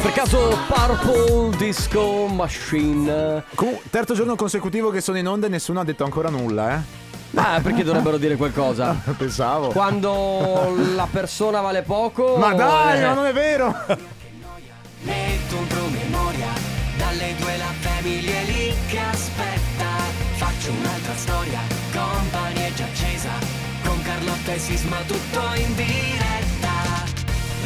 per caso Purple Disco Machine? Comu- terzo giorno consecutivo che sono in onda e nessuno ha detto ancora nulla, eh? Ah, perché dovrebbero dire qualcosa? Pensavo. Oh, Quando la persona vale poco. Ma dai, eh, ma non è vero! Metto un promemoria, dalle due la famiglia è lì che aspetta. Faccio un'altra storia, company è già accesa, con Carlotta e Sisma tutto in diretta.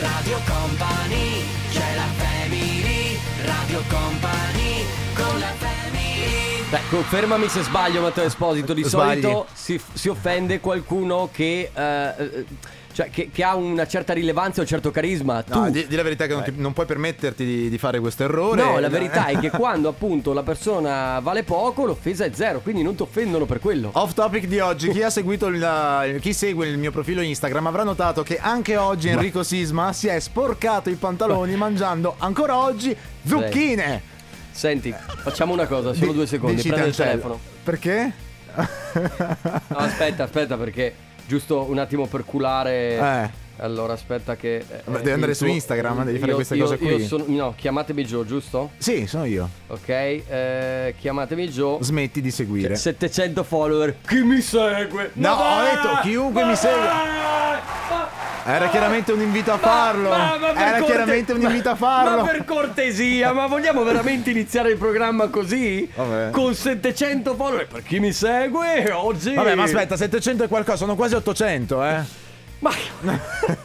Radio Company, c'è la family, Radio Company, con la family. Beh, confermami se sbaglio, Matteo Esposito. Di Sbagli. solito si, si offende qualcuno che. eh, eh, cioè, che, che ha una certa rilevanza e un certo carisma. Tu. No, di, di la verità che non, ti- non puoi permetterti di, di fare questo errore. No, la verità Eh. è che quando appunto la persona vale poco, l'offesa è zero, quindi non ti offendono per quello. Off topic Topic di oggi, chi ha seguito il, chi segue il mio profilo Instagram avrà notato che anche oggi Enrico Sisma si è sporcato i pantaloni mangiando ancora oggi zucchine. Senti, facciamo una cosa, solo Di- due secondi, dici, prendo il Tancello, telefono. Perché? No, aspetta, aspetta, perché giusto un attimo per culare. Eh. Allora, aspetta, che. eh, Vabbè, devi il andare su Instagram, devi fare io- queste io- cose qui. io sono- no, chiamatemi Joe, giusto? Sì, sono io. Ok, eh, chiamatemi Joe. Smetti di seguire. 700 follower. Chi mi segue? Ma No, ho dai! detto chiunque mi segue. Era chiaramente un invito a farlo. Ma- ma per Era corte- chiaramente un ma- invito a farlo. Ma per cortesia, ma vogliamo veramente iniziare il programma così? Vabbè. Con 700 follower. Per chi mi segue oggi? Vabbè, ma aspetta, 700 e qualcosa, sono quasi 800, eh. Ma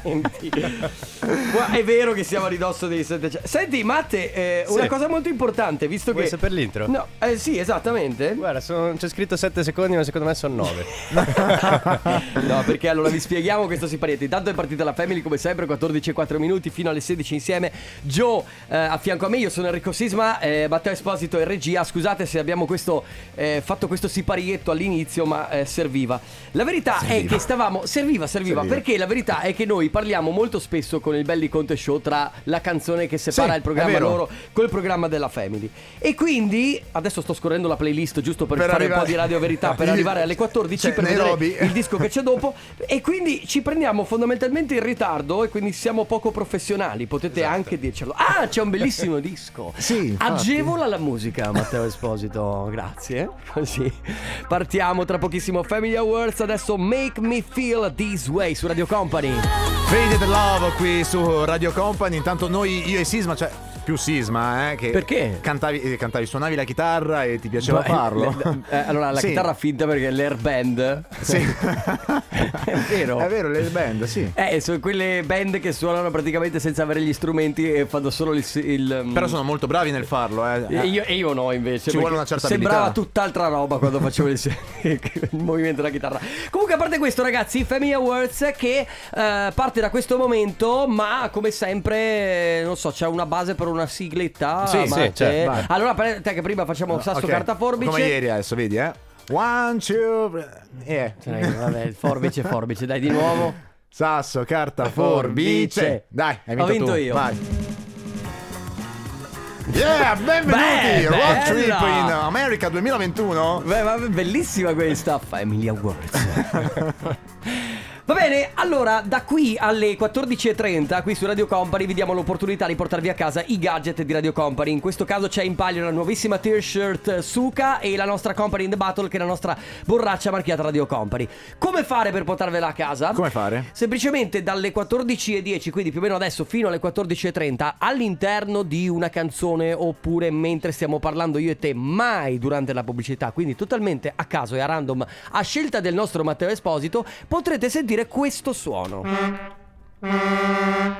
senti, Gua- è vero che siamo a ridosso dei 700. Senti, Matte, eh, una cosa molto importante, visto Vuoi che. sapere l'intro? No, eh, sì, esattamente. Guarda, sono- c'è scritto 7 secondi, ma secondo me sono 9. No, perché allora vi spieghiamo questo siparietto. Intanto è partita la Family come sempre, 14 e 4 minuti fino alle 16 insieme. Joe eh, a fianco a me, io sono Enrico Sisma, eh, Matteo Esposito e regia. Scusate se abbiamo questo, eh, fatto questo siparietto all'inizio, ma eh, serviva. La verità è che stavamo. Serviva, serviva, perché la verità è che noi parliamo molto spesso con il Belli Conte Show tra la canzone che separa Sì, il programma è vero. loro col programma della Family. E quindi adesso sto scorrendo la playlist giusto per, Per fare un arrivare- po' di radio verità per arrivare alle 14 Cioè, per Nairobi. vedere il disco che c'è dopo e quindi ci prendiamo fondamentalmente in ritardo e quindi siamo poco professionali, potete anche dircelo. Ah, c'è un bellissimo disco. Esatto. Sì, infatti. Agevola la musica, Matteo Esposito. Grazie. Così. Partiamo tra pochissimo Family Awards, adesso Make Me Feel This Way su Radio Company. Faded Love qui su Radio Company. Intanto noi, io e Sisma, cioè più Sisma, eh, che Perché? Cantavi, eh, cantavi, suonavi la chitarra e ti piaceva Beh, farlo. le- eh, allora, la Sì. chitarra finta perché è l'air band. Sì. È vero. È vero, le band, sì. Eh, sono quelle band che suonano praticamente senza avere gli strumenti e fanno solo il. il, mm, Però sono molto bravi nel farlo, eh. E io, e io no, invece. perché vuole una certa Sembrava abilità. tutt'altra roba quando facevo il, il movimento della chitarra. Comunque, a parte questo, ragazzi, Family Awards che eh, parte da questo momento, ma come sempre, eh, non so, c'è una base per una sigletta. Sì, sì, Matte? c'è, certo, vai. Allora, pre- te che prima facciamo sasso, Ok, carta, forbice. Come ieri adesso, vedi, eh. One, two, eh. Dai, vabbè, il forbice, forbice, dai, di nuovo. Sasso, carta, forbice. Dai, hai vinto Ho vinto tu. io. Vai. Yeah, benvenuti! Beh, Road bella! Trip in America 2021. Beh, ma bellissima questa Family Awards. Va bene, allora da qui alle 14.30 qui su Radio Company vi diamo l'opportunità di portarvi a casa i gadget di Radio Company. In questo caso c'è in palio la nuovissima t-shirt Suka e la nostra Company in the Battle che è la nostra borraccia marchiata Radio Company. Come fare per portarvela a casa? Come fare? Semplicemente dalle 14.10, quindi più o meno adesso fino alle 14.30, all'interno di una canzone oppure mentre stiamo parlando io e te, mai durante la pubblicità, quindi totalmente a caso e a random, a scelta del nostro Matteo Esposito, potrete sentire questo suono.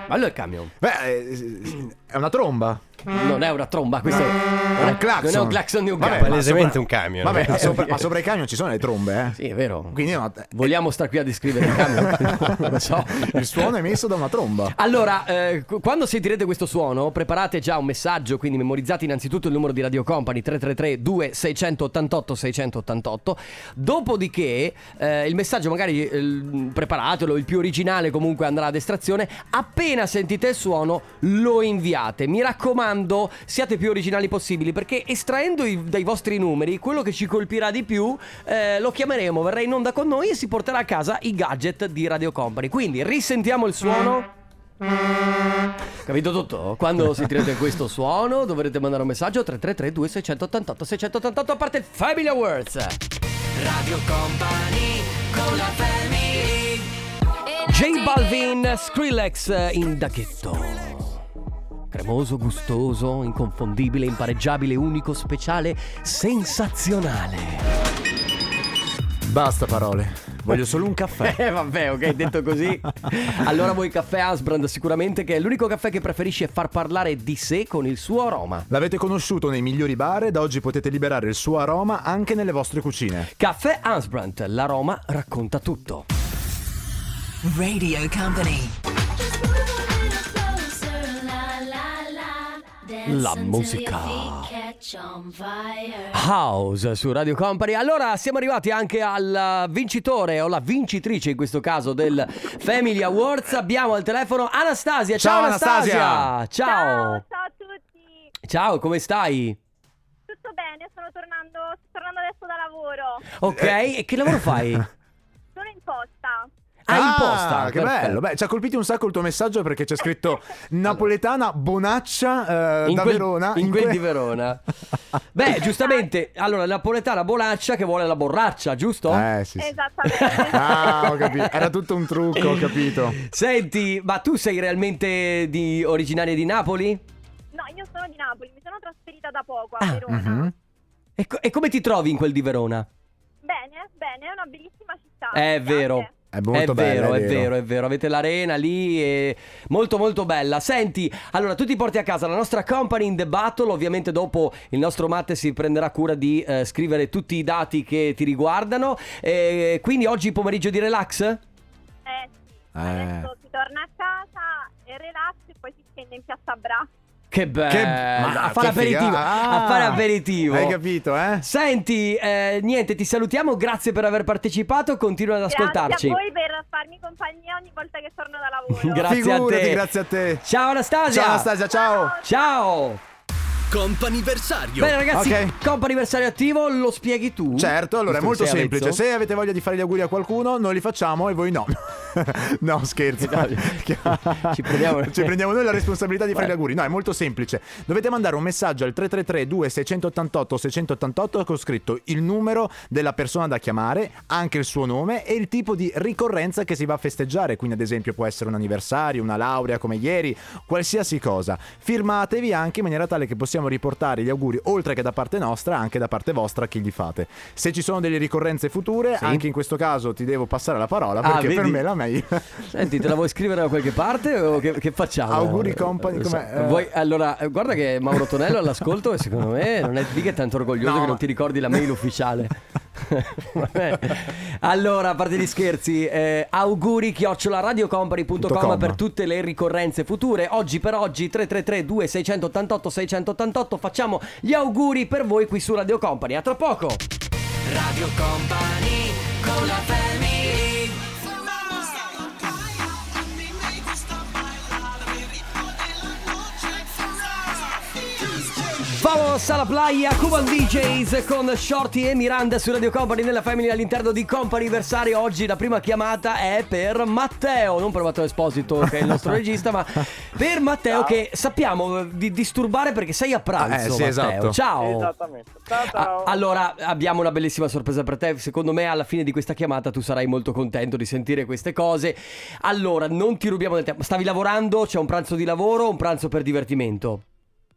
Bello il camion. Beh, eh, è una tromba. Non è una tromba, questo è, È un clacson. Non è un clacson di un Vabbè, camion. ma Palesemente sopra- un camion. Vabbè, ma Eh, sopra, eh. ma sopra i camion ci sono le trombe, eh. Sì, è vero. Quindi è una- Vogliamo star qui a descrivere il camion? non lo so. il suono è emesso da una tromba. Allora, eh, qu- quando sentirete questo suono, preparate già un messaggio, quindi memorizzate innanzitutto il numero di Radio Company 333 2688 688. Dopodiché eh, il messaggio magari eh, preparatelo, il più originale comunque andrà ad estrazione. Appena sentite il suono lo inviate. Mi raccomando, siate più originali possibili perché estraendo i- dai vostri numeri quello che ci colpirà di più eh, lo chiameremo, verrà in onda con noi e si porterà a casa i gadget di Radio Company. Quindi risentiamo il suono. Capito tutto? Quando sentirete questo suono dovrete mandare un messaggio 333 2688 688 a parte il Family Awards. Radio Company con la family J Balvin, Skrillex eh, in daghetto. Cremoso, gustoso, inconfondibile, impareggiabile, unico, speciale, sensazionale. Basta parole. Voglio solo un caffè. Eh vabbè, ok, detto così. Allora vuoi caffè Asbrand sicuramente che è l'unico caffè che preferisce far parlare di sé con il suo aroma. L'avete conosciuto nei migliori bar e da oggi potete liberare il suo aroma anche nelle vostre cucine. Caffè Asbrand, l'aroma racconta tutto. Radio Company La La musica. musica. House su Radio Company. Allora, siamo arrivati anche al eh, vincitore o la vincitrice in questo caso del Family Awards. Abbiamo al telefono Anastasia. Ciao, Ciao, Anastasia. Ciao. ciao a tutti. Ciao, come stai? Tutto bene, sono tornando, sto tornando adesso da lavoro. Ok, Eh. e che lavoro fai? Ah, Sono in posta. imposta. Ah, Che perfetto. bello. Beh, ci ha colpito un sacco il tuo messaggio perché c'è scritto napoletana bonaccia eh, In da quel- Verona. In, quel que- di Verona. Beh, giustamente, allora la napoletana bonaccia che vuole la borraccia, giusto? Eh, sì, Esatto. sì. Esattamente. Ah, ho capito. Era tutto un trucco, ho capito. Senti, ma tu sei realmente di, originaria di Napoli? No, io sono di Napoli, mi sono trasferita da poco Ah, a Verona. mhm. E, co- e come ti trovi in quel di Verona? Bene, bene, è una bellissima città. È Ah, Grazie. vero. È molto è bello, vero, è è vero. vero, è vero. Avete l'arena lì e molto molto bella. Senti, allora tu ti porti a casa la nostra company in the battle, ovviamente dopo il nostro Matte si prenderà cura di eh, scrivere tutti i dati che ti riguardano. E quindi oggi pomeriggio di relax? Eh sì. Eh. Adesso si torna a casa, è relax e poi si scende in piazza Bra. Che bello! Che- ma a fare che figa- aperitivo, a Ah! fare aperitivo. Hai capito, eh? Senti, eh, niente, ti salutiamo, grazie per aver partecipato, continua ad ascoltarci. Grazie a voi per farmi compagnia ogni volta che torno da lavoro. Grazie a Figurati, te. grazie a te. Ciao Anastasia. Ciao Anastasia, ciao. Ciao. Comp'anniversario Bene ragazzi, Ok. compa anniversario attivo, lo spieghi tu? Certo, allora è Visto molto che sei semplice. avvezzo. Se avete voglia di fare gli auguri a qualcuno, noi li facciamo e voi no. no, scherzo. Ci prendiamo- Ci prendiamo noi la responsabilità di fare gli auguri. No, è molto semplice. Dovete mandare un messaggio al 333 2688 688 con scritto il numero della persona da chiamare, anche il suo nome e il tipo di ricorrenza che si va a festeggiare. Quindi, ad esempio, può essere un anniversario, una laurea come ieri, qualsiasi cosa. Firmatevi anche in maniera tale che possiamo riportare gli auguri, oltre che da parte nostra, anche da parte vostra a chi li fate. Se ci sono delle ricorrenze future, Sì. anche in questo caso ti devo passare la parola Ah, perché per vedi? me la meglio. Senti, te la vuoi scrivere da qualche parte o che, che facciamo? Auguri, company, Eh, so. com'è? Eh. Vuoi- allora, eh, guarda che Mauro Tonello all'ascolto e secondo me non è di che è tanto orgoglioso No, che non ma- ti ricordi la mail ufficiale. Vabbè. allora, a parte gli scherzi, eh, auguri chiocciola.radiocompany.com com. per tutte le ricorrenze future. Oggi per oggi 333 2688 688 facciamo gli auguri per voi qui su Radio Company. A tra poco. Radio Company con la family Vamos alla playa, Cuban DJs con Shorty e Miranda su Radio Company nella Family all'interno di Company Anniversario. Oggi la prima chiamata è per Matteo, non per Matteo Esposito che è il nostro regista, ma per Matteo che sappiamo eh, di disturbare perché sei a pranzo. Eh, sì, Matteo. esatto. Ciao. Esattamente. Ciao, Ah, allora abbiamo una bellissima sorpresa per te. Secondo me, alla fine di questa chiamata tu sarai molto contento di sentire queste cose. Allora, non ti rubiamo del tempo. Stavi lavorando? C'è un pranzo di lavoro o un pranzo per divertimento?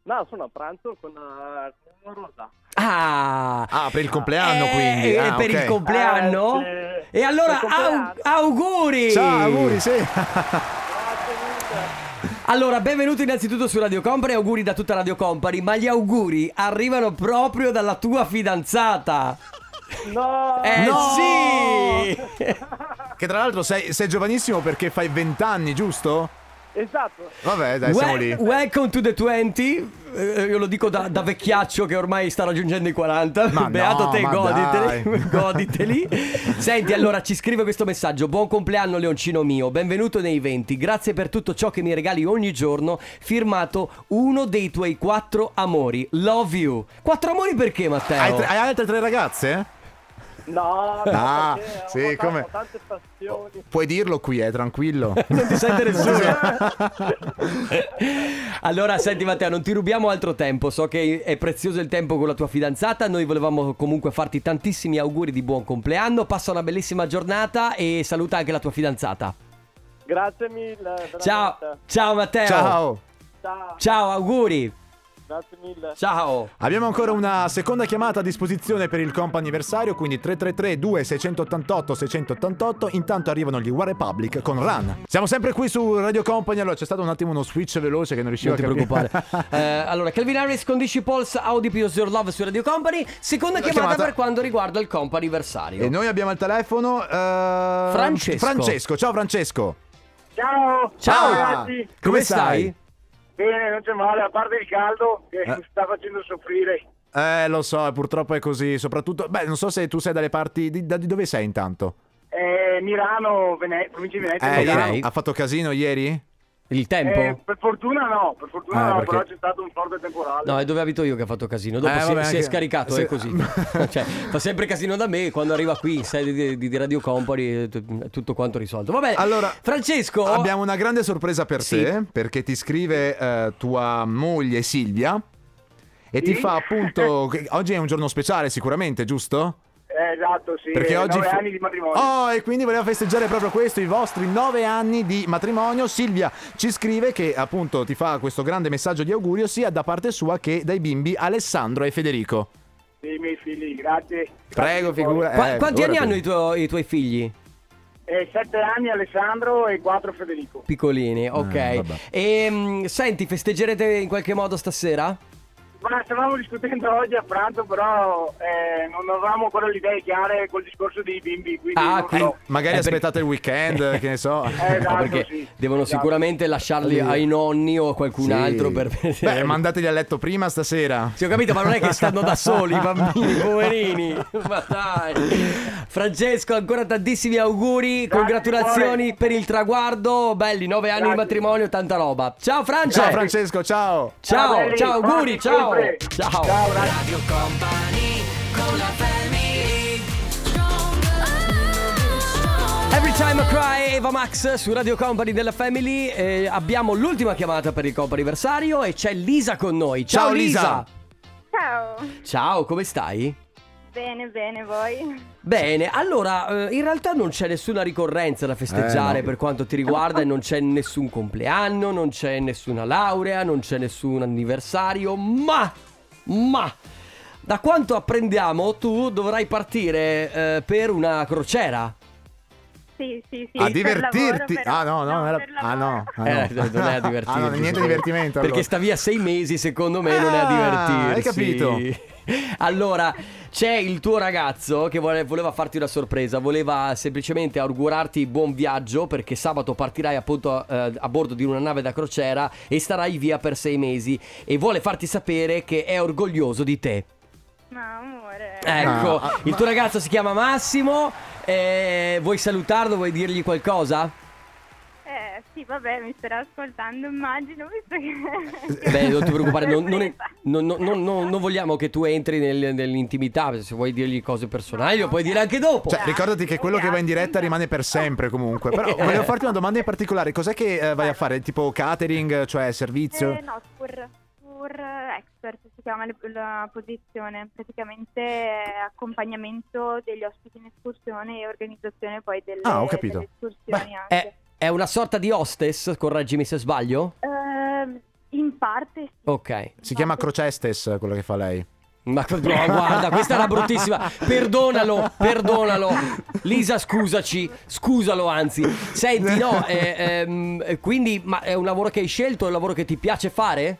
No, sono a pranzo con eh, con Rosa. Ah, Ah, per il compleanno Eh, quindi. eh, Ah, per ok. il compleanno? Eh, sì. E allora Per il compleanno. au- auguri! Ciao, auguri, sì. Grazie mille. Allora, benvenuto innanzitutto su Radio Company, auguri da tutta Radio Company, ma gli auguri arrivano proprio dalla tua fidanzata. No, Eh No! sì! Che tra l'altro sei, sei giovanissimo perché fai 20 anni, giusto? esatto. Vabbè, dai, siamo Wel- lì. Welcome to the 20. Eh, Io lo dico da, da vecchiaccio che ormai sta raggiungendo i 40. Ma Beato no, te, ma goditeli. dai. goditeli. Senti, allora ci scrive questo messaggio: Buon compleanno, Leoncino mio. Benvenuto nei 20. Grazie per tutto ciò che mi regali ogni giorno. Firmato uno dei tuoi quattro amori. Love you. Quattro amori perché, Matteo? Hai, tre- hai altre tre ragazze? No, no, Ah, perché ho sì, tante- come- ho tante passioni. Puoi dirlo qui, eh, tranquillo. Non ti sente nessuno. allora, senti Matteo, non ti rubiamo altro tempo. So che è prezioso il tempo con la tua fidanzata. Noi volevamo comunque farti tantissimi auguri di buon compleanno. Passa una bellissima giornata e saluta anche la tua fidanzata. Grazie mille. veramente. Ciao, ciao Matteo. Ciao. Ciao. Ciao, auguri. Grazie mille. Ciao. Abbiamo ancora una seconda chiamata a disposizione per il comp anniversario, quindi 333 2688 688. Intanto arrivano gli War Republic con Run. Siamo sempre qui su Radio Company. Allora, c'è stato un attimo uno switch veloce che non riuscivo Non ti a capire. preoccupare. Eh, allora, Calvin Harris con Disci Pulse, Audi Pius Your Love su Radio Company. Seconda La chiamata, chiamata- per quanto riguarda il comp anniversario. E noi abbiamo al telefono eh, Francesco. Francesco, ciao Francesco. Ah, Ciao. Ciao. ragazzi. Come Come stai? stai? Bene, non c'è male, a parte il caldo che Eh. mi sta facendo soffrire. Eh, lo so, purtroppo è così. Soprattutto, beh, non so se tu sei dalle parti. Di, da- di dove sei intanto? Eh, Milano, Vene- provincia di Veneto. Eh, Ok. Milano. ieri- ha fatto casino ieri? Il tempo? Eh, per fortuna no, per fortuna Eh, no, perché- però c'è stato un forte temporale. No, è dove abito io che ha fatto casino. Dopo Eh, si, vabbè, si è anche- scaricato, se- è così. cioè, fa sempre casino da me. Quando arriva qui in sede di, di- di Radio Company, è tut- è tutto quanto risolto. Vabbè, Allora, Francesco, Abbiamo una grande sorpresa per Sì. te, perché ti scrive eh, tua moglie Silvia e ti Sì. fa appunto... oggi è un giorno speciale sicuramente, giusto? Eh, esatto, sì. Perché eh, oggi... nove fu- anni di matrimonio. Oh, e quindi voleva festeggiare proprio questo, i vostri nove anni di matrimonio. Silvia ci scrive che appunto ti fa questo grande messaggio di augurio sia da parte sua che dai bimbi Alessandro e Federico. Dei miei figli, grazie. Prego, figura. qua- eh, quanti anni hanno figurati. i, tuo- i tuoi figli? Eh, sette anni Alessandro e quattro Federico. Piccolini, ok. Ah, vabbè. e mm, senti, festeggerete in qualche modo stasera? Ma stavamo discutendo oggi a pranzo, però eh, non avevamo ancora le idee chiare col discorso dei bimbi, quindi Ah, non quindi- so. Magari Eh, perché- aspettate il weekend, che ne so. Eh, esatto, Perché sì. devono Esatto. sicuramente lasciarli Sì. ai nonni o a qualcun Sì. altro per vedere. Beh, mandateli a letto prima stasera. Sì, ho capito, ma non è che stanno da soli i bambini, poverini. Ma dai. Francesco, ancora tantissimi auguri, congratulazioni per il traguardo, belli, nove anni di Grazie. matrimonio, tanta roba. Ciao Francia! Ciao Francesco, ciao. ciao, Ciao, belli, ciao, auguri, buoni ciao. sempre. ciao! Ciao, ragazzi. Radio Company con la family Every time I cry, Eva Max su Radio Company della Family. Eh, abbiamo l'ultima chiamata per il comp anniversario e c'è Lisa con noi. Ciao, Ciao, Lisa. Ciao. Ciao, come stai? Bene, bene, voi? Bene, allora eh, in realtà non c'è nessuna ricorrenza da festeggiare Eh, no. per quanto ti riguarda e non c'è nessun compleanno, non c'è nessuna laurea, non c'è nessun anniversario, ma, ma, da quanto apprendiamo tu dovrai partire eh, per una crociera. Sì, sì, sì. a per divertirti. lavoro, però- ah no, no, era- per ah no. lavoro. ah, no. Eh, non è a divertirti. Ah, no, niente sì. divertimento. Perché allora. sta via sei mesi, secondo me, non è a Ah, hai divertirsi. capito. Allora, c'è il tuo ragazzo che vole- voleva farti una sorpresa, voleva semplicemente augurarti buon viaggio perché sabato partirai appunto eh, a bordo di una nave da crociera e starai via per sei mesi e vuole farti sapere che è orgoglioso di te. Ma amore. Ecco, Ah, ah, il tuo ragazzo si chiama Massimo, eh, vuoi salutarlo, vuoi dirgli qualcosa? Eh, sì, vabbè, mi starà ascoltando, immagino, visto che... Eh, Eh, Beh, non ti preoccupare, non, non è- non- non- non- non- non vogliamo che tu entri nel- nell'intimità. Se vuoi dirgli cose personali, lo puoi dire anche dopo. Cioè, ricordati che quello che va in diretta rimane per sempre comunque. Però volevo farti una domanda in particolare. Cos'è che eh, vai a fare? Tipo catering, cioè servizio? Eh, no, tour, tour expert si chiama le- la posizione, praticamente eh, accompagnamento degli ospiti in escursione e organizzazione poi delle, Ah, ho capito. delle escursioni anche. È, è una sorta di hostess, correggimi se sbaglio. Ehm, in parte sì. Ok. Si chiama Crocestes quello che fa lei. Ma co- no, guarda, questa era bruttissima. Perdonalo, perdonalo. Lisa, scusaci, scusalo anzi. Senti, no, eh, ehm, eh, quindi ma è un lavoro che hai scelto, è un lavoro che ti piace fare?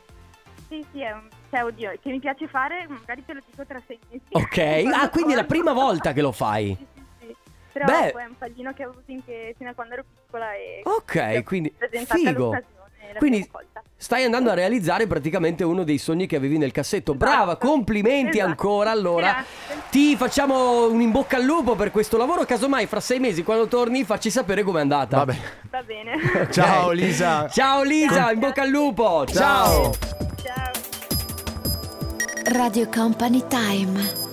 Sì, sì, è un... Cioè, oddio, che mi piace fare, magari te lo dico tra sei mesi. Ok. Ah, quindi è la prima volta che lo fai. Sì, sì, sì. Però Beh. poi è un pallino che ho avuto finché- fino a quando ero piccola e... Ok, quindi figo. Quindi Quindi... stai andando a realizzare praticamente uno dei sogni che avevi nel cassetto. Brava, Esatto. complimenti Esatto. ancora. Allora, Grazie. ti facciamo un in bocca al lupo per questo lavoro. Casomai, fra sei mesi, quando torni, facci sapere com'è andata. Vabbè. Va bene. Ok? Ciao, Lisa. Eh. Ciao Lisa, Grazie. in bocca al lupo. Ciao. Ciao. Ciao. Radio Company Time.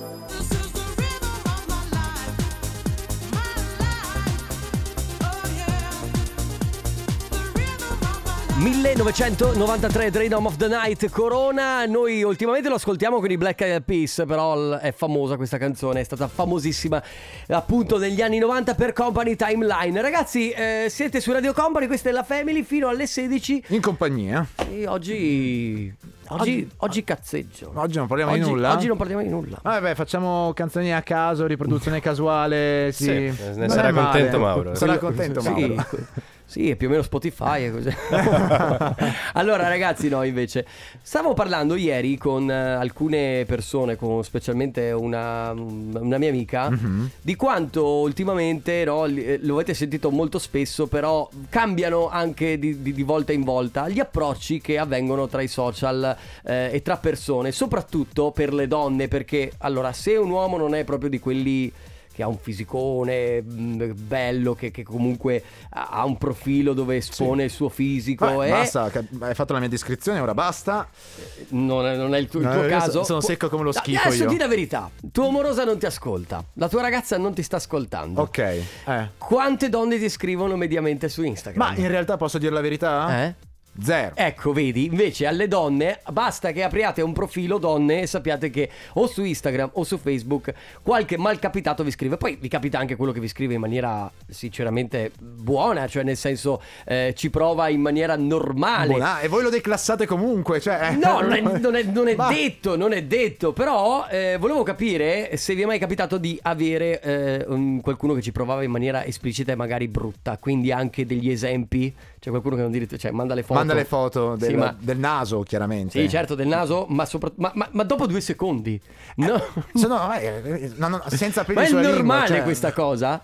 1993 Drain Home of the Night Corona Noi ultimamente lo ascoltiamo con i Black Eyed Peas Però l- è famosa questa canzone È stata famosissima appunto negli anni 90 per Company Timeline Ragazzi eh, siete su Radio Company Questa è la Family fino alle 16 In compagnia. E oggi Oggi, oggi cazzeggio Oggi non parliamo di Oggi- nulla. Oggi non parliamo di nulla Vabbè, facciamo canzoni a caso, Mm. riproduzione casuale. Sì. ne Non sarà è male. contento Mauro. Sarà contento Mauro. eh. Sì, sì, è più o meno Spotify e così. allora, ragazzi, no, invece, stavo parlando ieri con eh, alcune persone, con specialmente una, mm, una mia amica, di quanto ultimamente, no, li- eh, lo avete sentito molto spesso, però cambiano anche di, di- di volta in volta gli approcci che avvengono tra i social eh, e tra persone, soprattutto per le donne, perché allora, se un uomo non è proprio di quelli che ha un fisicone mh, bello, che, che comunque ha ha un profilo dove espone il suo fisico. Beh, e Basta, ca- hai fatto la mia descrizione, ora basta. non, è, non è il tuo, il No, tuo io caso. so- sono secco come lo schifo Adesso io. di la verità: tua morosa non ti ascolta, la tua ragazza non ti sta ascoltando. Ok. eh. Quante donne ti scrivono mediamente su Instagram? Ma eh, in realtà posso dire la verità? Eh? Zero. Ecco, vedi, invece alle donne basta che apriate un profilo donne e sappiate che o su Instagram o su Facebook qualche malcapitato vi scrive. Poi vi capita anche quello che vi scrive in maniera sinceramente buona, cioè nel senso eh, ci prova in maniera normale. Buona- e voi lo declassate comunque, cioè... eh. No, non è, non è- non è Ma- detto, non è detto, però eh, volevo capire se vi è mai capitato di avere eh, un- qualcuno che ci provava in maniera esplicita e magari brutta, quindi anche degli esempi, cioè qualcuno che non direte, cioè manda le foto. Manda le foto del, Sì, ma- del naso, chiaramente. Sì, certo, del naso, ma, sopra- ma, ma- ma dopo due secondi. No. Se no, eh, eh, no, no, senza aprire ma è Eh, sulla lingua, normale cioè- questa cosa?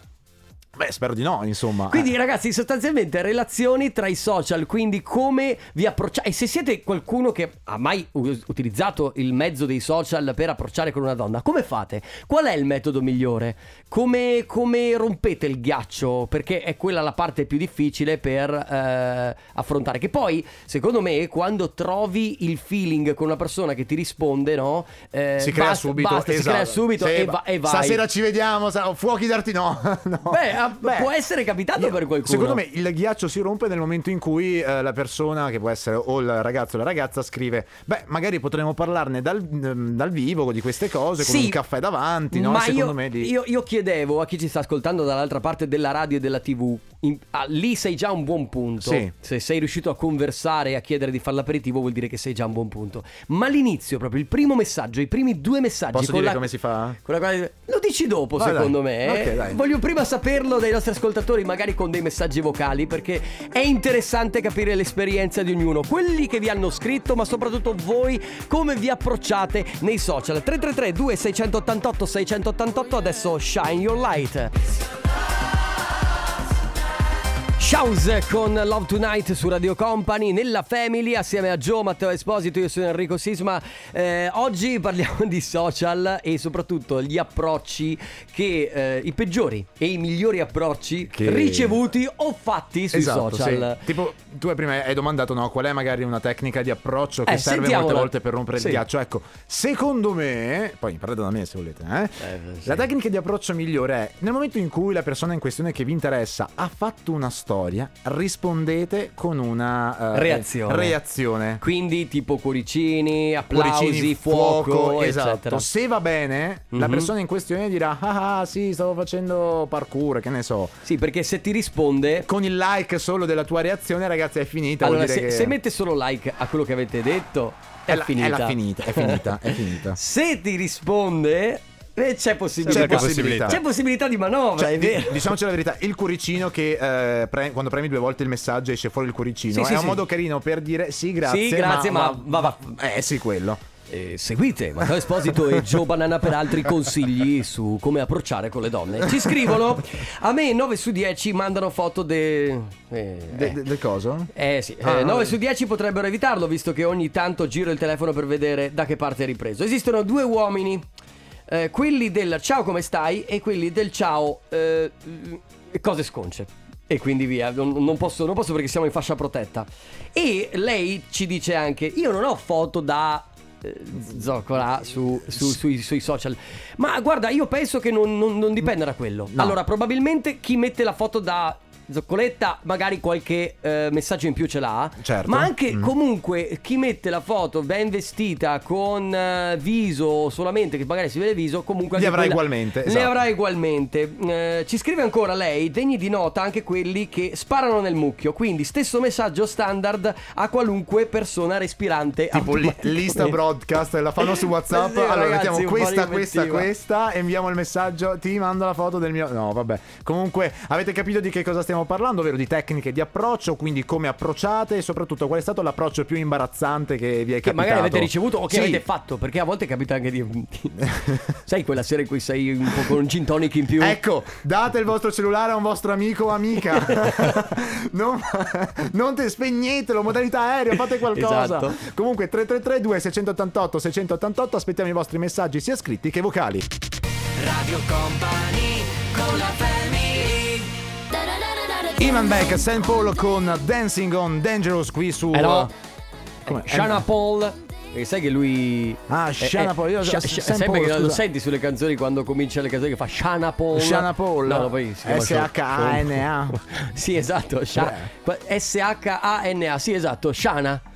Beh, spero di no, insomma. Quindi ragazzi, sostanzialmente relazioni tra i social, quindi come vi approcciate e se siete qualcuno che ha mai u- utilizzato il mezzo dei social per approcciare con una donna, come fate? Qual è il metodo migliore? Come, come rompete il ghiaccio? Perché è quella la parte più difficile per eh, affrontare. Che poi, secondo me, quando trovi il feeling con una persona che ti risponde, no? Eh, si crea basta- subito, basta, si esatto. crea subito Se- e, va- e vai. Stasera ci vediamo, sa- fuochi d'artino. No. Beh, ah, può essere capitato per qualcuno. Secondo me il ghiaccio si rompe nel momento in cui eh, la persona, che può essere o il ragazzo o la ragazza, scrive: Beh, magari potremmo parlarne dal, ehm, dal vivo di queste cose, con Sì, un caffè davanti. No? Ma Secondo io, me lì- io, io chiedevo a chi ci sta ascoltando dall'altra parte della radio e della TV, in- ah, lì sei già a un buon punto. Sì. Se sei riuscito a conversare e a chiedere di fare l'aperitivo vuol dire che sei già a un buon punto. Ma l'inizio, proprio il primo messaggio, i primi due messaggi... Posso con dire la- come si fa? con la quale- Lo dici dopo, Vai, secondo dai. me. eh. Ok, dai. Voglio prima saperlo dai nostri ascoltatori, magari con dei messaggi vocali, perché è interessante capire l'esperienza di ognuno, quelli che vi hanno scritto, ma soprattutto voi come vi approcciate nei social. 333 2688 688 adesso Shine Your Light. Shouse con Love Tonight su Radio Company nella Family assieme a Gio, Matteo Esposito, io sono Enrico Sisma. Eh, oggi parliamo di social e soprattutto gli approcci che eh, i peggiori e i migliori approcci Che- ricevuti o fatti sui Esatto, social. sì. Tipo, tu prima hai domandato no, qual è magari una tecnica di approccio che Eh, serve molte sentiamola. volte per rompere Sì. il ghiaccio. Ecco, secondo me, poi imparate da me se volete, eh, Eh, sì. la tecnica di approccio migliore è nel momento in cui la persona in questione che vi interessa ha fatto una storia, rispondete con una eh, Reazione. reazione. Quindi tipo cuoricini, applausi, Cuoricini, fuoco, esatto. eccetera. Se va bene, la Mhm. persona in questione dirà: Ah, ah, sì, stavo facendo parkour, che ne so. Sì, perché se ti risponde Con il like solo della tua reazione, ragazzi, è finita. vuol Allora, dire se, che- se mette solo like a quello che avete detto, è, È la- finita. è la finita, è finita, è finita. se ti risponde, eh, c'è possibilità. C'è possibilità. C'è possibilità di manovra, Cioè, è di- vero. diciamoci la verità, il cuoricino che eh, pre- quando premi due volte il messaggio esce fuori il cuoricino. Sì, è sì, un sì. modo carino per dire sì, grazie. Sì, grazie, ma- va- Eh sì, quello. Eh, seguite Matteo Esposito e Gio Banana per altri consigli su come approcciare con le donne. Ci scrivono, a me 9 su 10 mandano foto de... eh, De- eh. de- del coso? Eh sì, Ah. 9 su 10 potrebbero evitarlo visto che ogni tanto giro il telefono per vedere da che parte è ripreso. Esistono due uomini, eh, quelli del ciao come stai e quelli del ciao eh, cose sconce. E quindi via, non, non posso, non posso perché siamo in fascia protetta. E lei ci dice anche, io non ho foto da... eh, Zoccola su- su- sui, sui social, ma guarda, io penso che non, non- non dipenda da quello. Allora, probabilmente chi mette la foto da Zoccoletta magari qualche eh, messaggio in più ce l'ha, Certo. ma anche Mm. comunque chi mette la foto ben vestita con eh, viso solamente che magari si vede il viso, comunque Li anche avrà quella- ugualmente, Li esatto. avrà ugualmente. Eh, ci scrive ancora lei, degni di nota anche quelli che sparano nel mucchio, quindi stesso messaggio standard a qualunque persona respirante Tipo li- automaticamente. lista broadcast, la fanno su WhatsApp. Sì, allora ragazzi, un mettiamo po' questa, questa, ripetitiva. questa. E inviamo il messaggio. Ti mando la foto del mio. No, vabbè. Comunque, avete capito di che cosa stiamo parlando, ovvero di tecniche di approccio. Quindi, come approcciate e soprattutto qual è stato l'approccio più imbarazzante che vi è Che capitato? magari avete ricevuto o che Sì. avete fatto, perché a volte capita anche di. sai quella sera in cui sei un po' con un gin tonic in più? Ecco, date il vostro cellulare a un vostro amico o amica. non non te spegnetelo, modalità aerea, fate qualcosa. Esatto. Comunque 3332 688 688 aspettiamo i vostri messaggi sia scritti che vocali. Radio Company con la family Iman Beck, St. Paul con Dancing on Dangerous qui su Eh no. Come? eh. Shana Paul. E sai che lui. Ah, Shana Paul, io- Sha- Sam Sha- Paul, sai perché scusa. lo senti sulle canzoni quando comincia le canzoni che fa Shana Paul? Shana Paul. No, no, poi Eh, si chiama Sha- S-H-A-N-A. Sì, esatto. Sha- qua- S-H-A-N-A. Sì, esatto. Shana.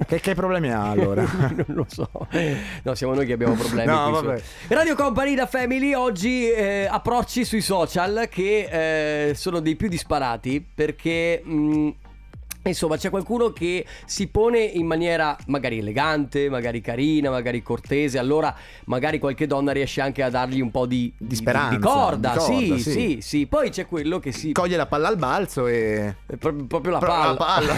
Che, che problemi ha allora? non lo so. No, siamo noi che abbiamo problemi. Ah. No, qui su- vabbè. Radio Company da Family oggi eh, approcci sui social che eh, sono dei più disparati perché. mh, Insomma, c'è qualcuno che si pone in maniera magari elegante, magari carina, magari cortese, allora magari qualche donna riesce anche a dargli un po' di, di- di- speranza, di corda. di corda, sì, sì, sì. sì, Poi c'è quello che si. Coglie la palla al balzo e... è pro- proprio la Pro- palla. la palla.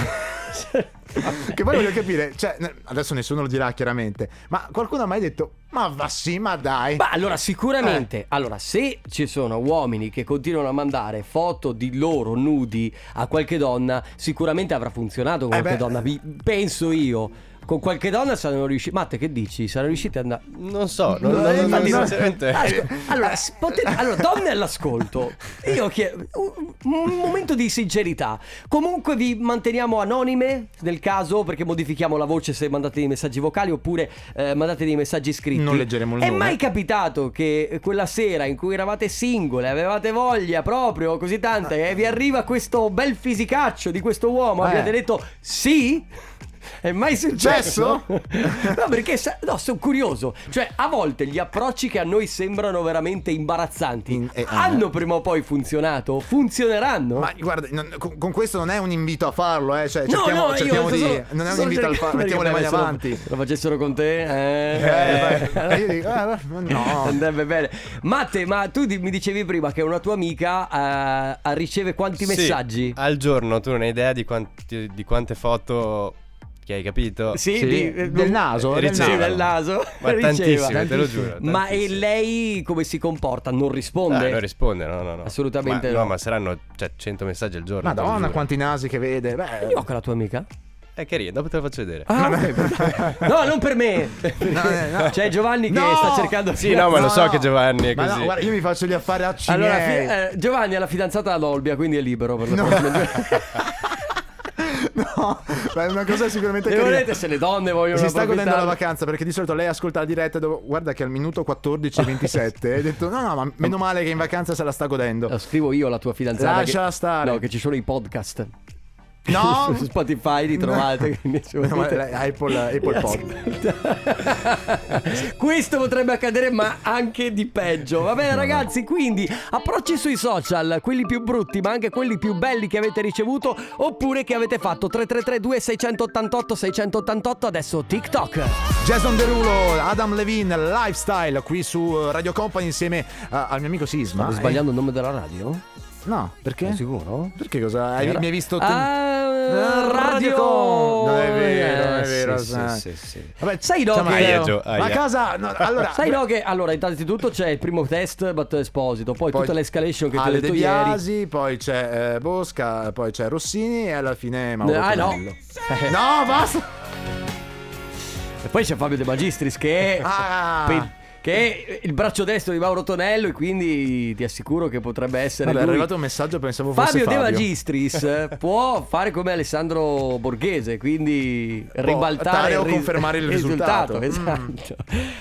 che poi voglio capire, cioè, ne- adesso nessuno lo dirà chiaramente, ma qualcuno ha mai detto, ma va sì, ma dai. Ma allora sicuramente, Eh. allora se ci sono uomini che continuano a mandare foto di loro nudi a qualche donna, sicuramente avrà funzionato con Eh qualche beh. donna, vi- penso io. Con qualche donna saranno riusciti... Matte, che dici? Saranno riusciti ad andare... Non so, non, No, non- eh, non- infatti- sinceramente- Ah, scu- allora, s- pote- allora, donne all'ascolto, io chiedo un, un momento di sincerità. Comunque vi manteniamo anonime nel caso perché modifichiamo la voce se mandate dei messaggi vocali oppure eh, mandate dei messaggi scritti. Non leggeremo il È nome. mai capitato che quella sera in cui eravate singole, avevate voglia proprio così tanta e vi arriva questo bel fisicaccio di questo uomo, Eh. abbiate detto sì? È mai successo? no, perché sa- no, sono curioso. Cioè, a volte gli approcci che a noi sembrano veramente imbarazzanti In- eh, hanno prima o poi funzionato? Funzioneranno? Ma guarda, non- con, con questo non è un invito a farlo, eh. Cioè, Oh. No, cerchiamo, no, cerchiamo io di. solo- non è un solo invito al farlo, cercando- mettiamo perché le mani se lo- avanti. Se lo facessero con te, eh, Eh, eh, vai. Io dico, ah, no. Andrebbe bene. Matte, ma tu di- mi dicevi prima che una tua amica eh, riceve quanti Sì, Eh, messaggi? al giorno tu non hai idea di, quanti- di quante foto che hai capito? Sì, Sì, di- del naso, eh, del sì, naso. del naso. Ma Riceva. tantissime, te lo giuro. Ma e tantissime. lei come si comporta? Non risponde? Ah, non risponde, no, no, no. Assolutamente Ma- no. no. ma saranno cioè, 100 messaggi al giorno. te lo Madonna, giuro. quanti nasi che vede. Beh, Io con la tua amica? È carino, dopo te lo faccio vedere. Ah, ok. no, non per me. no, no. C'è Giovanni che No! sta cercando. Sì, no, ma lo so che Giovanni è ma così. no, guarda, io mi faccio gli affari a Cina. Allora, fi- eh, Giovanni ha la fidanzata ad Olbia, quindi è libero per le No. prossime- no, ma è una cosa sicuramente Se carina. volete, se le donne vogliono si sta godendo la approfittare- vacanza perché di solito lei ascolta la diretta e dopo- guarda che al minuto 14.27 hai detto no no ma meno male che in vacanza se la sta godendo Lo scrivo io alla tua fidanzata. Lasciala che- stare. No, che ci sono i podcast. no Su Spotify li trovate. No. quindi se No, ma volete- lei- Apple, Apple Pod Questo potrebbe accadere, ma anche di peggio. Va bene, ragazzi. Quindi approcci sui social, quelli più brutti, ma anche quelli più belli che avete ricevuto oppure che avete fatto. 3332 688 688 adesso TikTok. Jason Derulo Adam Levine Lifestyle qui su eh, Radio Company insieme a- al mio amico Sisma Stavo sbagliando il nome della radio? Eh, no perché? Sei sicuro? perché cosa? Hai- Era- mi hai visto tu? Ah, Eh, radio. Com- non è vero non Eh, è sì, vero sì, sai. sì, sì. Vabbè, Sai no insomma, che- Aia, Gio, ma aia. cosa? no, allora, Sai no che allora innanzitutto c'è il primo test Battle Esposito, poi, tutta l'escalation che ti ho Ale detto De ieri. Biasi, Poi c'è eh, Bosca, poi c'è Rossini e alla fine Mauro Ah no. Tonello. No, basta! E poi c'è Fabio De Magistris che Ah. pe- che è il braccio destro di Mauro Tonello e quindi ti assicuro che potrebbe essere Guarda, è lui. arrivato un messaggio, pensavo fosse Fabio Fabio. De Magistris eh, può fare come Alessandro Borghese, quindi ribaltare dare o ris- confermare il risultato. Mm. Esatto.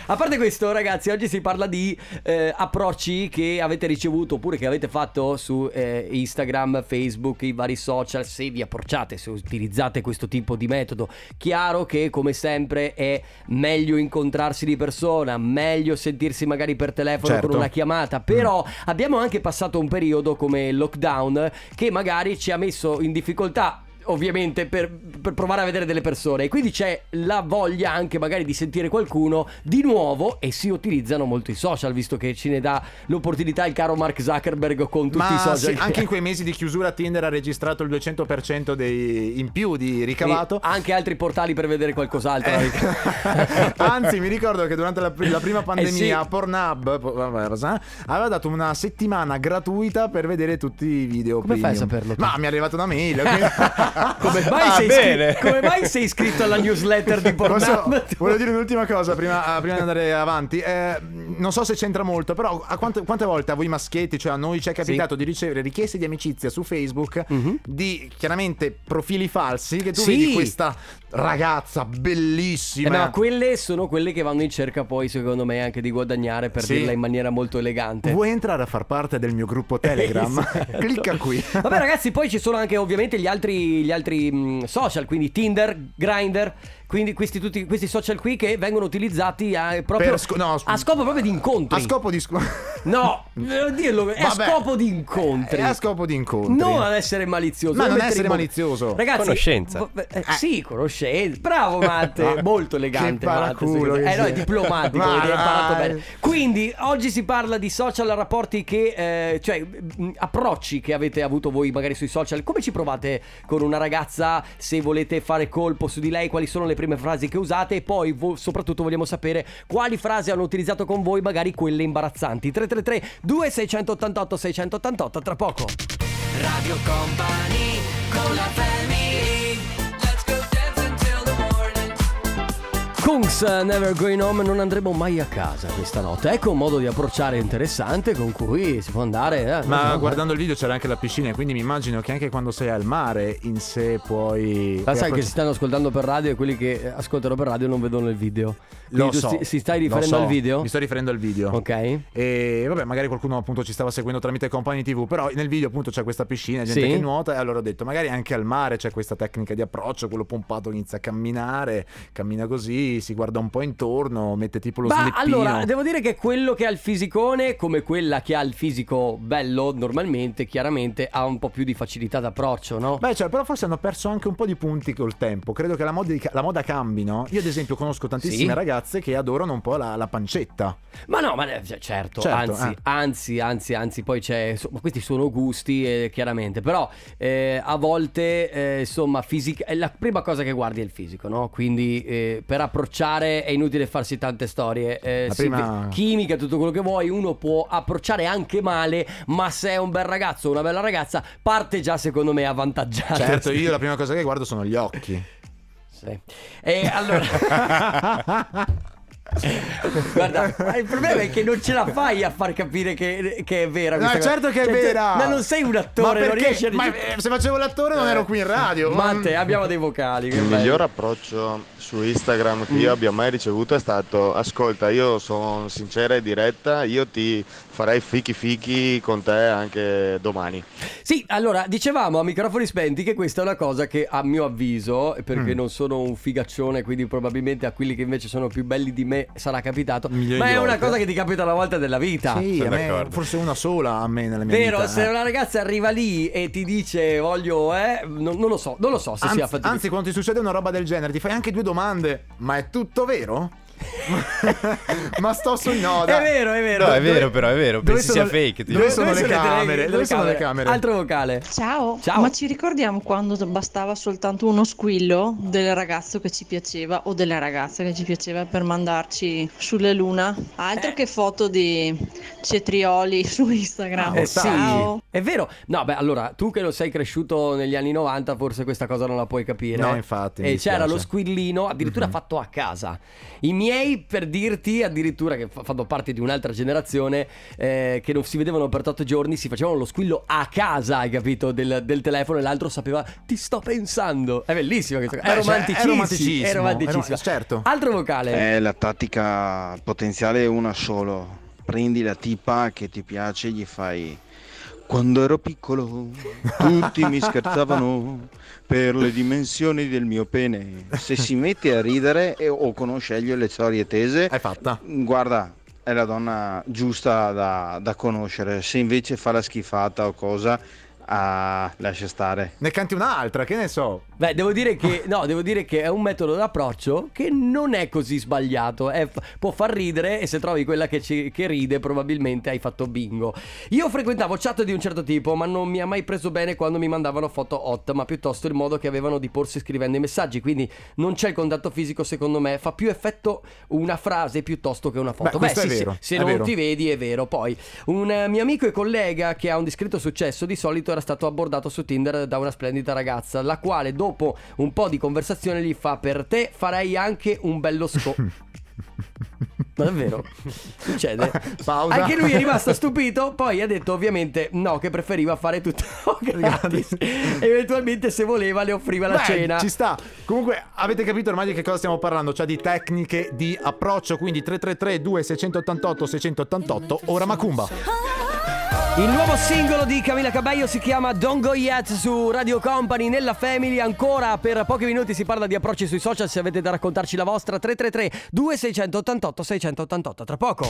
A parte questo, ragazzi, oggi si parla di eh, approcci che avete ricevuto oppure che avete fatto su eh, Instagram, Facebook, i vari social. Se vi approcciate, se utilizzate questo tipo di metodo, chiaro che come sempre è meglio incontrarsi di persona, meglio sentirsi magari per telefono Certo. Mm. con una chiamata, però abbiamo anche passato un periodo come lockdown che magari ci ha messo in difficoltà. Ovviamente per, per provare a vedere delle persone e quindi c'è la voglia anche magari di sentire qualcuno di nuovo e si utilizzano molto i social visto che ce ne dà l'opportunità il caro Mark Zuckerberg con tutti Ma i social. sì, che- anche in quei mesi di chiusura Tinder ha registrato il 200% dei, in più di ricavato. Quindi Anche altri portali per vedere qualcos'altro. Eh, Anzi, mi ricordo che durante la, la prima Eh, pandemia sì. Pornhub po- vabbè, cosa? aveva dato una settimana gratuita per vedere tutti i video. Come fai a premium. saperlo tu? Ma mi è arrivata una mail. quindi- Come mai, Ah, sei bene. iscri- come mai sei iscritto alla newsletter di Posso- Pornhub? volevo dire un'ultima cosa prima, ah, prima di andare avanti. Eh, non so se c'entra molto, però a quante, quante volte a voi maschietti, cioè a noi, ci è capitato di ricevere richieste di amicizia su Facebook di chiaramente profili falsi che tu Mhm. Sì. vedi questa ragazza Eh, bellissima. ma quelle sono quelle che vanno in cerca poi, secondo me, anche di guadagnare per Sì. dirla in maniera molto elegante. Vuoi entrare a far parte del mio gruppo Telegram? Esatto. Clicca qui. Vabbè, ragazzi, poi ci sono anche ovviamente gli altri, gli altri mh, social, quindi Tinder, Grindr. Quindi questi, tutti, questi social qui che vengono utilizzati a, proprio, Per sco- no, scu- a scopo proprio di incontri. A scopo di scu- No, devo dirlo, è Vabbè. a scopo di incontri. È a scopo di incontri. Non ad essere malizioso. Ma è non mettere essere in bo- malizioso. Ragazzi, Conoscenza. vo- eh, sì, conoscenza. Bravo Matte, Ah. molto elegante Che Matte. paraculo secondo me. che Eh no, è sei. diplomatico, Ma vedi, hai imparato dai. bene. Quindi oggi si parla di social rapporti che eh, cioè mh, approcci che avete avuto voi magari sui social. Come ci provate con una ragazza se volete fare colpo su di lei, quali sono le prime frasi che usate e poi vo- soprattutto vogliamo sapere quali frasi hanno utilizzato con voi, magari quelle imbarazzanti. 333 2688 688 tra poco. Radio Company con la family Let's go dance until the morning Kungs eh, Never Going Home non andremo mai a casa questa notte. Ecco un modo di approcciare interessante con cui si può andare. eh. Ma No, guardando il video c'era anche la piscina, quindi mi immagino che anche quando sei al mare in sé puoi. Ma sai puoi che approcci- si stanno ascoltando per radio e quelli che eh, ascoltano per radio non vedono il video. Quindi Lo tu so. sti- si stai lo riferendo so. al video? Mi sto riferendo al video. Ok. E vabbè, magari qualcuno appunto ci stava seguendo tramite Company TV, però nel video appunto c'è questa piscina, gente Sì. che nuota e allora ho detto magari anche al mare c'è questa tecnica di approccio, quello pompato inizia a camminare, cammina così, si guarda un po' intorno, mette tipo lo Ma slippino. allora, devo dire che quello che ha il fisicone, come quella che ha il fisico bello normalmente, chiaramente ha un po' più di facilità d'approccio, no? Beh, cioè, però forse hanno perso anche un po' di punti col tempo. Credo che la moda, la moda cambi, no? Io, ad esempio, conosco tantissime Sì. ragazze che adorano un po' la, la pancetta. Ma no, ma eh, cioè, certo, Certo, anzi, eh. anzi, anzi, anzi, poi c'è, insomma, questi sono gusti eh, chiaramente, però eh, a volte, eh, insomma, fisica, eh, la prima cosa che guardi è il fisico, no? Quindi eh, per approcciare è inutile farsi tante storie, eh, La sì, prima- ve- chimica, tutto quello che vuoi, uno può approcciare anche male, ma se è un bel ragazzo o una bella ragazza, parte già secondo me avvantaggiata. Certo, io la prima cosa che guardo sono gli occhi. Sì. E allora... Guarda, ma il problema è che non ce la fai a far capire che, che è vera Ma questa cosa. certo che è Cioè, tu- vera! Ma non sei un attore, Ma non perché? riesci a Ma eh, se facevo l'attore non ero qui in radio. Matte, abbiamo dei vocali. che Il bello. miglior approccio su Instagram che io abbia mai ricevuto è stato ascolta, io sono sincera e diretta, io ti farei fichi fichi con te anche domani. Sì, allora, dicevamo a microfoni spenti che questa è una cosa che a mio avviso, e perché Mm. non sono un figaccione, quindi probabilmente a quelli che invece sono più belli di me sarà capitato, Milioni ma di è una volte. cosa che ti capita una volta nella vita. Sì, a Sono me- d'accordo. forse una sola a me nella mia Vero, vita. se eh. una ragazza arriva lì e ti dice voglio, eh, non, non lo so, non lo so se Anzi, sia fattibile. anzi, quando ti succede una roba del genere, ti fai anche due domande. Ma è tutto vero? Ma sto su no, È dai. vero, è vero. No, è Dove- vero, però, è vero. dove Pensi sono sia le- fake. tipo. dove sono le camere? tele- Dove sono le camere? Altro vocale. Ciao. Ciao. ma ci ricordiamo quando bastava soltanto uno squillo del ragazzo che ci piaceva o della ragazza che ci piaceva per mandarci sulle luna? Altro Eh. che foto di cetrioli su Instagram. Eh, sì, Ciao. è vero. No, beh, allora, tu che non sei cresciuto negli anni 90, forse questa cosa non la puoi capire. No, infatti, mi E c'era dispiace. lo squillino, addirittura Mhm. fatto a casa. I miei miei per dirti addirittura che fa- fanno parte di un'altra generazione eh, che non si vedevano per 8 giorni, si facevano lo squillo a casa, hai capito, del, del telefono e l'altro sapeva ti sto pensando. È bellissima questa cosa. È Beh, cioè, è romanticissima. romanticismo, È romanticissima. è rom- certo. Altro vocale. Eh, la tattica potenziale è una solo. Prendi la tipa che ti piace e gli fai. Quando ero piccolo tutti mi scherzavano per le dimensioni del mio pene. Se si mette a ridere e- o conosceglie le storie tese, È fatta. guarda, è la donna giusta da, da conoscere. Se invece fa la schifata o cosa, ah, lascia stare. Ne canti un'altra, che ne so. Beh, devo dire che no, devo dire che è un metodo d'approccio che non è così sbagliato. È- può far ridere e se trovi quella che, ci- che ride, probabilmente hai fatto bingo. Io frequentavo chat di un certo tipo, ma non mi ha mai preso bene quando mi mandavano foto hot, ma piuttosto il modo che avevano di porsi scrivendo i messaggi. Quindi non c'è il contatto fisico, secondo me, fa più effetto una frase piuttosto che una foto. Beh, questo è sì, sì, vero, se è non vero. ti vedi è vero. Poi un eh, mio amico e collega che ha un discreto successo di solito era stato abbordato su Tinder da una splendida ragazza, la quale dopo un po' di conversazione gli fa per te farei anche un bello sco... Eh, Ma davvero? Succede. Pausa. Anche lui è rimasto stupito, poi ha detto ovviamente no, che preferiva fare tutto gratis. Eventualmente se voleva le offriva la Beh, cena. Ci sta. Comunque, avete capito ormai di che cosa stiamo parlando? Cioè di tecniche di approccio. Quindi 333-2688-688. Ora Macumba. Il nuovo singolo di Camilla Cabello si chiama Don't Go Yet su Radio Company nella Family ancora per pochi minuti si parla di approcci sui social se avete da raccontarci la vostra 333 2688 688 tra poco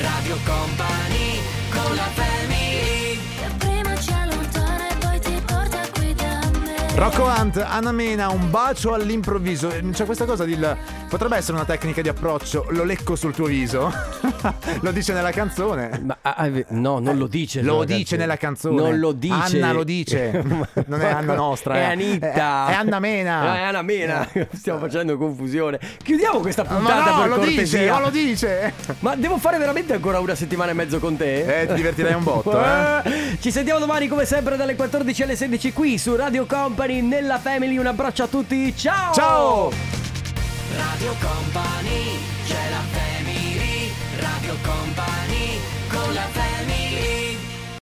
Radio Company con la family Prima ci allontana e poi ti porta qui da me. Rocco Hunt, Anna Mena, un bacio all'improvviso. Ehm, C'è questa cosa del. Potrebbe essere una tecnica di approccio. Lo lecco sul tuo viso. lo dice nella canzone. ma ah, ah, no non lo dice Lo nella dice canzone. nella canzone. non lo dice Anna lo dice. Non è Ma Anna co- nostra, è eh. Anitta È- è Anna Mena. Eh. No, è Anna Mena stiamo facendo confusione chiudiamo questa Ma puntata no, per lo cortesia dice, ma lo dice. ma devo fare veramente ancora una settimana e mezzo con te Eh, ti divertirai un botto, eh. Certo, Ci sentiamo domani come sempre dalle 14 alle 16 qui su Radio Company nella Family. Un abbraccio a tutti. Ciao! Ciao! Radio Company c'è la family Radio Company